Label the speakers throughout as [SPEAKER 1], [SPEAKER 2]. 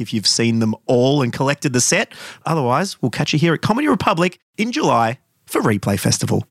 [SPEAKER 1] if you've seen them all and collected the set. Otherwise, we'll catch you here at Comedy Republic in July for Replay Festival.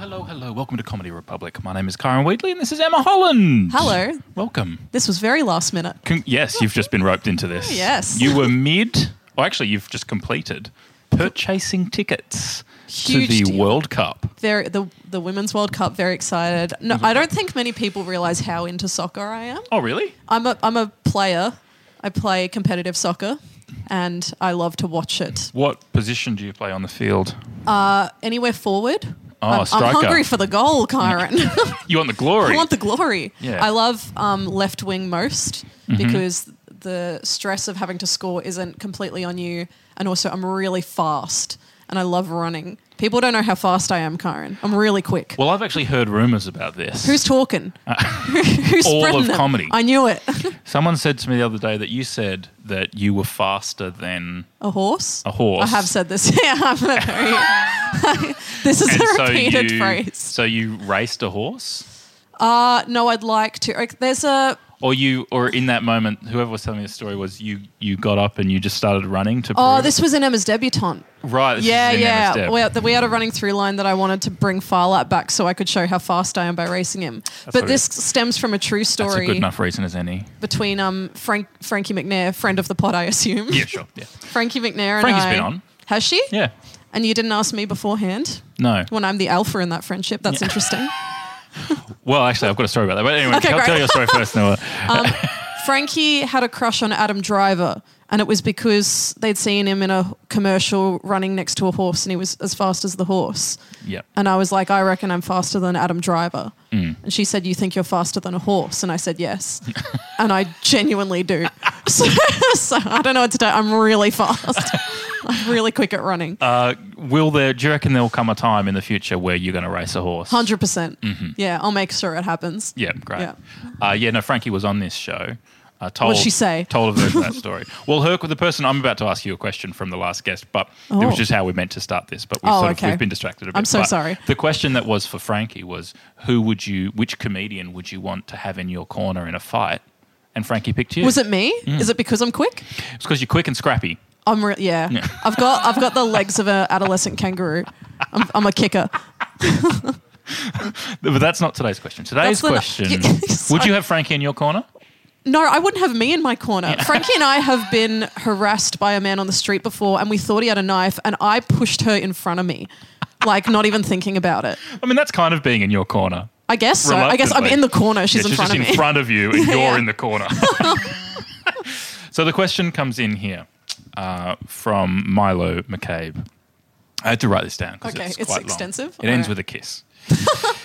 [SPEAKER 2] Hello, hello. Welcome to Comedy Republic. My name is Kyron Wheatley and this is Emma Holland.
[SPEAKER 3] Hello.
[SPEAKER 2] Welcome.
[SPEAKER 3] This was very last minute.
[SPEAKER 2] Con- yes, you've just been roped into this.
[SPEAKER 3] Yes.
[SPEAKER 2] You were mid, or actually, you've just completed purchasing tickets
[SPEAKER 3] Huge
[SPEAKER 2] to the
[SPEAKER 3] deal.
[SPEAKER 2] World Cup.
[SPEAKER 3] Very the the Women's World Cup. Very excited. No,
[SPEAKER 2] Mm-hmm.
[SPEAKER 3] I don't think many people realize how into soccer I am.
[SPEAKER 2] Oh, really?
[SPEAKER 3] I'm a I'm a player. I play competitive soccer, and I love to watch it.
[SPEAKER 2] What position do you play on the field?
[SPEAKER 3] Anywhere forward.
[SPEAKER 2] Oh,
[SPEAKER 3] I'm,
[SPEAKER 2] striker.
[SPEAKER 3] I'm hungry for the goal, Kyron.
[SPEAKER 2] You want the glory?
[SPEAKER 3] I want the glory.
[SPEAKER 2] Yeah. Mm-hmm.
[SPEAKER 3] I love um, left wing most because the stress of having to score isn't completely on you. And also, I'm really fast and I love running. People don't know how fast I am, Karen. I'm really quick.
[SPEAKER 2] well, I've actually heard rumors about this.
[SPEAKER 3] Who's talking? Who's
[SPEAKER 2] Uh, all
[SPEAKER 3] spreading
[SPEAKER 2] of
[SPEAKER 3] them?
[SPEAKER 2] comedy.
[SPEAKER 3] I knew it.
[SPEAKER 2] Someone said to me the other day that you said that you were faster than.
[SPEAKER 3] a horse?
[SPEAKER 2] A horse.
[SPEAKER 3] I have said this. yeah, I'm a very- this is
[SPEAKER 2] And
[SPEAKER 3] a repeated
[SPEAKER 2] you,
[SPEAKER 3] phrase.
[SPEAKER 2] So you raced a horse?
[SPEAKER 3] Uh, no, I'd like to. like, There's a
[SPEAKER 2] Or you, or in that moment, whoever was telling me the story was you. You got up and you just started running to.
[SPEAKER 3] Oh,
[SPEAKER 2] prove-
[SPEAKER 3] this was in Emma's debutante.
[SPEAKER 2] Right, this
[SPEAKER 3] yeah,
[SPEAKER 2] is in
[SPEAKER 3] yeah.
[SPEAKER 2] Emma's deb.
[SPEAKER 3] We had, we had a running through line that I wanted to bring Farlap back so I could show how fast I am by racing him.
[SPEAKER 2] what
[SPEAKER 3] but
[SPEAKER 2] it
[SPEAKER 3] this stems from a true
[SPEAKER 2] That's a
[SPEAKER 3] story
[SPEAKER 2] good enough reason as any.
[SPEAKER 3] between um Frank Frankie McNair, friend of the pod, I assume.
[SPEAKER 2] Yeah, sure. Yeah.
[SPEAKER 3] Frankie McNair and
[SPEAKER 2] Frankie's
[SPEAKER 3] I.
[SPEAKER 2] been on.
[SPEAKER 3] Has she?
[SPEAKER 2] Yeah.
[SPEAKER 3] And you didn't ask me beforehand
[SPEAKER 2] No.
[SPEAKER 3] when I'm the alpha in that friendship. That's interesting.
[SPEAKER 2] Well, actually, I've got a story about that. But anyway,
[SPEAKER 3] Okay,
[SPEAKER 2] tell,
[SPEAKER 3] great.
[SPEAKER 2] tell your story first, Noah.
[SPEAKER 3] Frankie had a crush on Adam Driver, and it was because they'd seen him in a commercial running next to a horse, and he was as fast as the horse.
[SPEAKER 2] yeah.
[SPEAKER 3] And I was like, I reckon I'm faster than Adam Driver.
[SPEAKER 2] Mm.
[SPEAKER 3] And she said, You think you're faster than a horse? And I said, Yes. and I genuinely do. So, so I don't know what to do. I'm really fast. I'm really quick at running.
[SPEAKER 2] Uh, will there? Do you reckon there will come a time in the future where you're going to race a horse?
[SPEAKER 3] 100%. percent Yeah, I'll make sure it happens.
[SPEAKER 2] mm-hmm. Yeah, great.
[SPEAKER 3] Yeah.
[SPEAKER 2] Uh, yeah, no, Frankie was on this show. Uh, told,
[SPEAKER 3] she say?
[SPEAKER 2] Told a version of that story. Well, her, the person I'm about to ask you a question from the last guest, but it was
[SPEAKER 3] Oh.
[SPEAKER 2] just how we meant to start this. But we
[SPEAKER 3] Oh,
[SPEAKER 2] sort
[SPEAKER 3] okay.
[SPEAKER 2] of, we've been distracted a bit.
[SPEAKER 3] I'm so
[SPEAKER 2] But
[SPEAKER 3] sorry.
[SPEAKER 2] The question that was for Frankie was, who would you? Which comedian would you want to have in your corner in a fight? And Frankie picked you.
[SPEAKER 3] Was it me?
[SPEAKER 2] Mm.
[SPEAKER 3] Is it because I'm quick?
[SPEAKER 2] It's because you're quick and scrappy.
[SPEAKER 3] I'm re- yeah. I've got I've got the legs of an adolescent kangaroo. I'm, I'm a kicker.
[SPEAKER 2] But that's not today's question. Today's
[SPEAKER 3] That's the-
[SPEAKER 2] question: Would
[SPEAKER 3] Sorry.
[SPEAKER 2] you have Frankie in your corner?
[SPEAKER 3] No, I wouldn't have me in my corner. Frankie and I have been harassed by a man on the street before, and we thought he had a knife, and I pushed her in front of me, like not even thinking about it.
[SPEAKER 2] I mean, that's kind of being in your corner.
[SPEAKER 3] I guess so. I guess I'm
[SPEAKER 2] Reluctantly.
[SPEAKER 3] in the corner. She's
[SPEAKER 2] Yeah,
[SPEAKER 3] in front
[SPEAKER 2] just
[SPEAKER 3] of me.
[SPEAKER 2] in front of you, and you're
[SPEAKER 3] Yeah.
[SPEAKER 2] in the corner. so the question comes in here uh, from Milo McCabe. I had to write this down because
[SPEAKER 3] Okay,
[SPEAKER 2] it's,
[SPEAKER 3] it's
[SPEAKER 2] quite long.
[SPEAKER 3] extensive.
[SPEAKER 2] It ends
[SPEAKER 3] Alright.
[SPEAKER 2] with a kiss.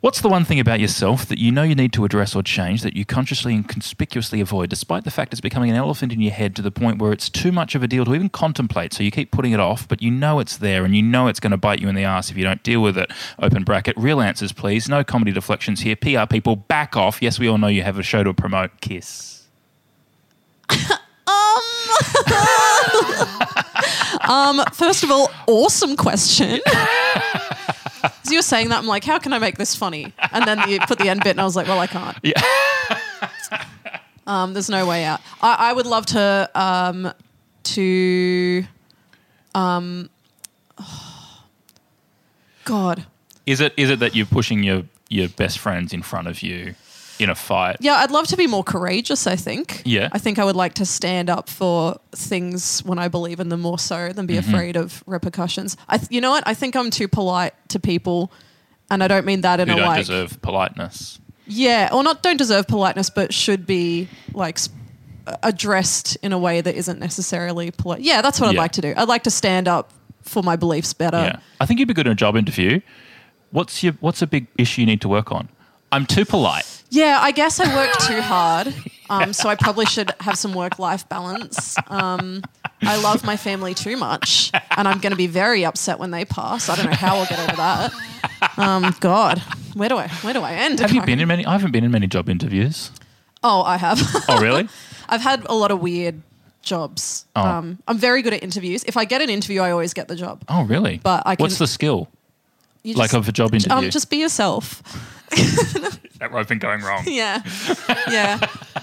[SPEAKER 2] What's the one thing about yourself that you know you need to address or change that you consciously and conspicuously avoid, despite the fact it's becoming an elephant in your head to the point where it's too much of a deal to even contemplate? So you keep putting it off, but you know it's there and you know it's going to bite you in the ass if you don't deal with it. Open bracket. Real answers, please. No comedy deflections here. PR people, back off. Yes, we all know you have a show to promote. Kiss.
[SPEAKER 3] First of all, awesome question. As you were saying that, I'm like, how can I make this funny? And then you put the end bit, and I was like, well, I can't.
[SPEAKER 2] Yeah.
[SPEAKER 3] Um, there's no way out. I, I would love to um, to um, God.
[SPEAKER 2] Is it is it that you're pushing your your best friends in front of you in a fight.
[SPEAKER 3] Yeah, I'd love to be more courageous, I think.
[SPEAKER 2] Yeah.
[SPEAKER 3] I think I would like to stand up for things when I believe in them more so than be
[SPEAKER 2] Mm-hmm.
[SPEAKER 3] afraid of repercussions. I th- you know what? I think I'm too polite to people and I don't mean that in
[SPEAKER 2] Who
[SPEAKER 3] a
[SPEAKER 2] don't
[SPEAKER 3] like
[SPEAKER 2] deserve politeness.
[SPEAKER 3] Yeah, or not don't deserve politeness but should be like s- addressed in a way that isn't necessarily polite. Yeah, that's what I'd
[SPEAKER 2] Yeah.
[SPEAKER 3] like to do. I'd like to stand up for my beliefs better.
[SPEAKER 2] yeah. I think you'd be good in a job interview. What's your what's a big issue you need to work on? I'm too polite.
[SPEAKER 3] Yeah, I guess I work too hard. Um, so I probably should have some work life balance. Um, I love my family too much, and I'm going to be very upset when they pass. I don't know how I'll get over that. Um, God, where do I where do I end?
[SPEAKER 2] Have you been in many I haven't been in many job interviews.
[SPEAKER 3] Oh, I have.
[SPEAKER 2] Oh really?
[SPEAKER 3] I've had a lot of weird jobs.
[SPEAKER 2] Oh.
[SPEAKER 3] Um, I'm very good at interviews. If I get an interview, I always get the job.
[SPEAKER 2] Oh really?
[SPEAKER 3] But I
[SPEAKER 2] What's
[SPEAKER 3] can-
[SPEAKER 2] the skill?
[SPEAKER 3] You
[SPEAKER 2] Like
[SPEAKER 3] just,
[SPEAKER 2] of a job interview.
[SPEAKER 3] um, just be yourself.
[SPEAKER 2] that rope been going wrong.
[SPEAKER 3] Yeah, yeah.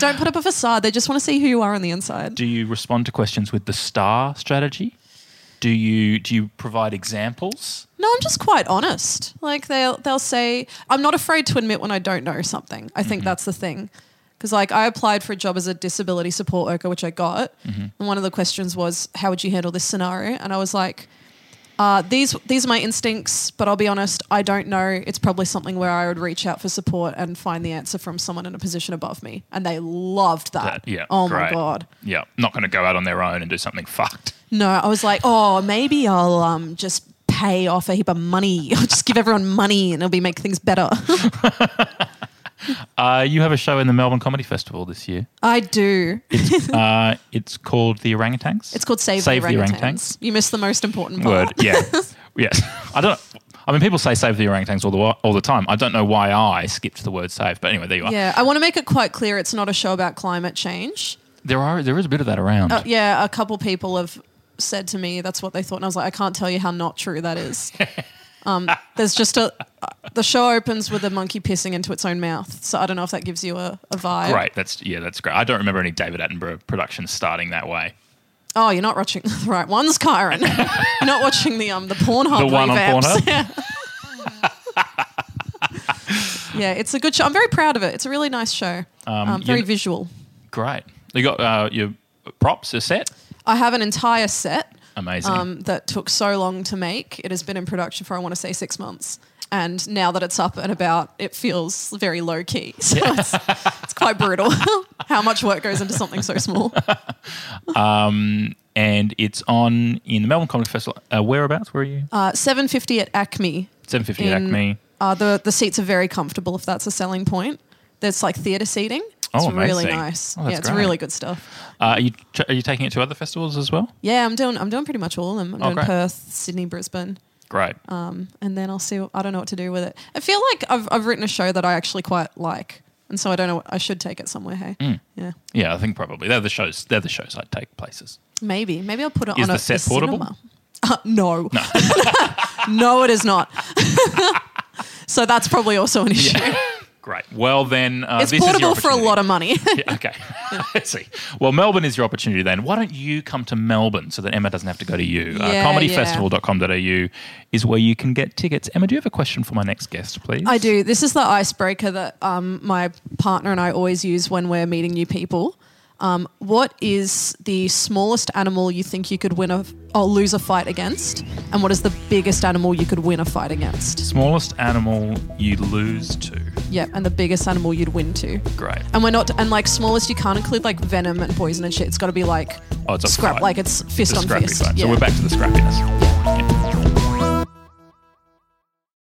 [SPEAKER 3] don't put up a facade. They just want to see who you are on the inside.
[SPEAKER 2] Do you respond to questions with the star strategy? Do you do you provide examples?
[SPEAKER 3] No, I'm just quite honest. Like they'll they'll say I'm not afraid to admit when I don't know something. I
[SPEAKER 2] Mm-hmm.
[SPEAKER 3] think that's the thing. Because like I applied for a job as a disability support worker, which I got,
[SPEAKER 2] Mm-hmm.
[SPEAKER 3] and one of the questions was, "How would you handle this scenario?" And I was like, uh, "These these are my instincts, but I'll be honest, I don't know. It's probably something where I would reach out for support and find the answer from someone in a position above me." And they loved that.
[SPEAKER 2] That- yeah,
[SPEAKER 3] Oh my
[SPEAKER 2] great.
[SPEAKER 3] god.
[SPEAKER 2] Yeah, not going to go out on their own and do something fucked.
[SPEAKER 3] No, I was like, oh, maybe I'll um, just pay off a heap of money. I'll just give everyone money and it'll be make things better.
[SPEAKER 2] Uh, you have a show in the Melbourne Comedy Festival this year.
[SPEAKER 3] I do.
[SPEAKER 2] Uh, it's called The Orangutans.
[SPEAKER 3] It's called Save, the, orangutans. You missed the most important part.
[SPEAKER 2] Word, yeah, yes. I don't. I mean, people say save the orangutans all the wa- all the time. I don't know why I skipped the word save, but anyway, there you are.
[SPEAKER 3] Yeah, I want to make it quite clear it's not a show about climate change.
[SPEAKER 2] There are there is a bit of that around.
[SPEAKER 3] Uh, yeah, a couple people have said to me that's what they thought, and I was like, I can't tell you how not true that is. um, there's just a uh, the show opens with a monkey pissing into its own mouth, so I don't know if that gives you a, a vibe.
[SPEAKER 2] Great. That's yeah. That's great. I don't remember any David Attenborough productions starting that way.
[SPEAKER 3] Oh, you're not watching the right ones, Kyron. you're not watching the um the Pornhub
[SPEAKER 2] The one on
[SPEAKER 3] revamps.
[SPEAKER 2] Pornhub?
[SPEAKER 3] Yeah. yeah, it's a good show. I'm very proud of it. It's a really nice show. Um,
[SPEAKER 2] you
[SPEAKER 3] very
[SPEAKER 2] kn-
[SPEAKER 3] visual.
[SPEAKER 2] Great. You got uh, your props are set.
[SPEAKER 3] I have an entire set
[SPEAKER 2] Amazing.
[SPEAKER 3] um, that took so long to make. It has been in production for I want to say six months. And now that it's up and about, it feels very low key. So it's, it's quite brutal how much work goes into something so small.
[SPEAKER 2] and it's on in the Melbourne Comedy Festival. Uh, whereabouts? Where are you?
[SPEAKER 3] Uh, 750 at Acme
[SPEAKER 2] Seven fifty
[SPEAKER 3] in-
[SPEAKER 2] Acme.
[SPEAKER 3] Uh, the the seats are very comfortable if that's a selling point. There's like theatre seating. It's
[SPEAKER 2] Oh,
[SPEAKER 3] really
[SPEAKER 2] amazing.
[SPEAKER 3] nice.
[SPEAKER 2] Oh,
[SPEAKER 3] yeah,
[SPEAKER 2] that's
[SPEAKER 3] it's
[SPEAKER 2] great.
[SPEAKER 3] really good stuff.
[SPEAKER 2] Uh, are you tr- are you taking it to other festivals as well?
[SPEAKER 3] Yeah, I'm doing I'm doing pretty much all of them. I'm
[SPEAKER 2] Oh,
[SPEAKER 3] doing
[SPEAKER 2] great.
[SPEAKER 3] Perth, Sydney, Brisbane,
[SPEAKER 2] Great.
[SPEAKER 3] um, and then I'll see. what- I don't know what to do with it. I feel like I've I've written a show that I actually quite like, and so I don't know. what- I should take it somewhere. Hey,
[SPEAKER 2] Hmm.
[SPEAKER 3] yeah,
[SPEAKER 2] yeah, I think probably they're the shows. They're the shows I'd take places.
[SPEAKER 3] maybe maybe I'll put it
[SPEAKER 2] Is
[SPEAKER 3] on
[SPEAKER 2] the
[SPEAKER 3] a,
[SPEAKER 2] set
[SPEAKER 3] a
[SPEAKER 2] portable?
[SPEAKER 3] cinema. Uh, no, no. it is not. so that's probably also an issue.
[SPEAKER 2] Great. Well then, uh,
[SPEAKER 3] It's
[SPEAKER 2] this
[SPEAKER 3] portable
[SPEAKER 2] is your
[SPEAKER 3] for a lot
[SPEAKER 2] opportunity.
[SPEAKER 3] of money.
[SPEAKER 2] Yeah, okay. I see. Well, Melbourne is your opportunity then. Why don't you come to Melbourne so that Emma doesn't have to go to you?
[SPEAKER 3] Yeah,
[SPEAKER 2] uh,
[SPEAKER 3] yeah.
[SPEAKER 2] comedyfestival.com.au is where you can get tickets. Emma, do you have a question for my next guest, please?
[SPEAKER 3] I do. This is the icebreaker that um, my partner and I always use when we're meeting new people. Um, what is the smallest animal you think you could win a or lose a fight against, and what is the biggest animal you could win a fight against?
[SPEAKER 2] Smallest animal you lose to.
[SPEAKER 3] Yep, and the biggest animal you'd win to.
[SPEAKER 2] Great.
[SPEAKER 3] And we're not and like smallest you can't include like venom and poison and shit. It's got to be like
[SPEAKER 2] Oh, it's a
[SPEAKER 3] scrap,
[SPEAKER 2] fight.
[SPEAKER 3] like it's fist
[SPEAKER 2] It's a
[SPEAKER 3] on
[SPEAKER 2] scrappy
[SPEAKER 3] fist.
[SPEAKER 2] fight.
[SPEAKER 3] Yeah.
[SPEAKER 2] So we're back to the scrappiness.